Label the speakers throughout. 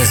Speaker 1: Ez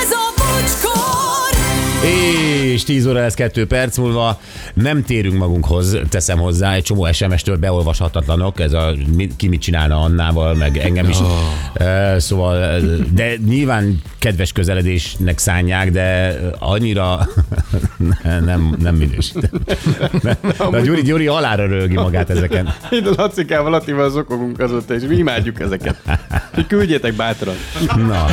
Speaker 2: a bocskor!
Speaker 3: És 10 óra lesz 2 perc múlva. Nem térünk magunkhoz, teszem hozzá, egy csomó SMS-től beolvashatatlanok, ez a mi- ki mit csinálna Annával, meg engem is. Ö, Szóval, ö, de nyilván kedves közeledésnek szánják, de annyira nem, nem minősítem. De a Gyuri, Gyuri halára rögi magát ezeken.
Speaker 4: Én a Lacikával, Latival zokogunk azóta, és mi imádjuk ezeket. Úgyhogy küldjétek bátran.
Speaker 3: Na.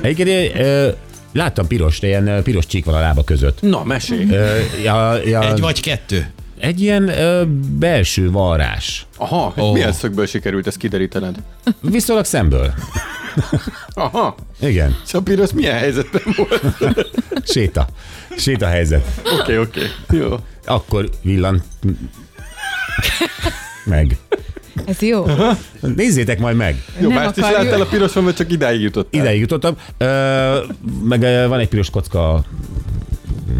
Speaker 3: Egyébként ö, láttam piros, ilyen ö, piros csík van a lába között.
Speaker 4: Na, mesélj.
Speaker 3: Ö, Ja, ja,
Speaker 5: Egy vagy kettő.
Speaker 3: Egy ilyen ö, belső varrás.
Speaker 4: Aha, oh. milyen szögből sikerült ezt kiderítened?
Speaker 3: Viszonylag szemből.
Speaker 4: Aha,
Speaker 3: Igen,
Speaker 4: és a piros milyen helyzetben volt?
Speaker 3: séta. Séta helyzet.
Speaker 4: Oké, okay, oké. Okay. Jó.
Speaker 3: Akkor villan. Meg.
Speaker 2: Ez jó.
Speaker 3: Nézzétek majd meg.
Speaker 4: Jó,
Speaker 2: Nem
Speaker 4: mást is
Speaker 2: akarjuk.
Speaker 4: láttál a piroson, vagy csak idáig jutottál?
Speaker 3: Ideig jutottam. Ö, meg ö, van egy piros kocka.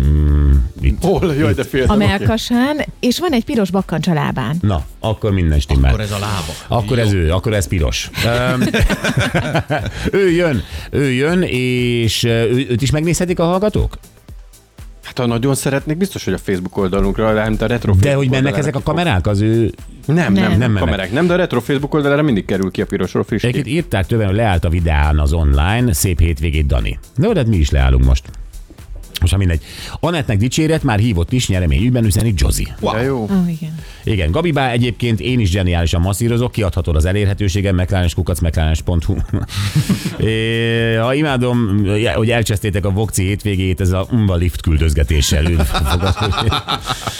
Speaker 3: Mm, itt.
Speaker 4: Hol? Jaj, de féltem.
Speaker 2: A
Speaker 4: oké.
Speaker 2: melkasán, és van egy piros bakkancs a lábán.
Speaker 3: Na, akkor minden stimmel.
Speaker 5: Akkor ez a lába.
Speaker 3: Akkor ez ő, akkor ez piros. Öm, ő jön, ő jön, és ö, ő, őt is megnézhetik a hallgatók?
Speaker 4: Hát ha nagyon szeretnék, biztos, hogy a Facebook oldalunkra, nem, de a retro
Speaker 3: De
Speaker 4: Facebook
Speaker 3: hogy mennek
Speaker 4: oldalára
Speaker 3: ezek a
Speaker 4: ki fog.
Speaker 3: kamerák az ő
Speaker 4: Nem, nem,
Speaker 2: Nem.
Speaker 4: nem,
Speaker 3: Nem
Speaker 4: nem
Speaker 3: mennek.
Speaker 4: kamerák. Nem, de a retro Facebook oldalára mindig kerül ki a piros friss kép.
Speaker 3: Egyébként írták többen, hogy leállt a videán az online, szép hétvégét Dani. De hát mi is leállunk most. Most ha mindegy. Anettnek dicséret már hívott is nyereményügyben üzeni Jozi.
Speaker 4: De jó.
Speaker 2: Ó, oh, igen.
Speaker 3: Igen, Gabibá egyébként én is zseniálisan masszírozok, kiadhatod az elérhetőségem, mekláneskukac.meklánes.hu É, Ha imádom, hogy elcsesztétek a Vokci hétvégét, ez a umba lift küldözgetéssel. Ül-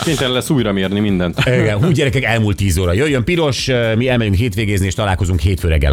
Speaker 4: Kénytelen lesz újra mérni mindent.
Speaker 3: Igen, hú gyerekek, elmúlt 10 óra. Jöjjön piros, mi elmegyünk hétvégézni és találkozunk hétfő reggel.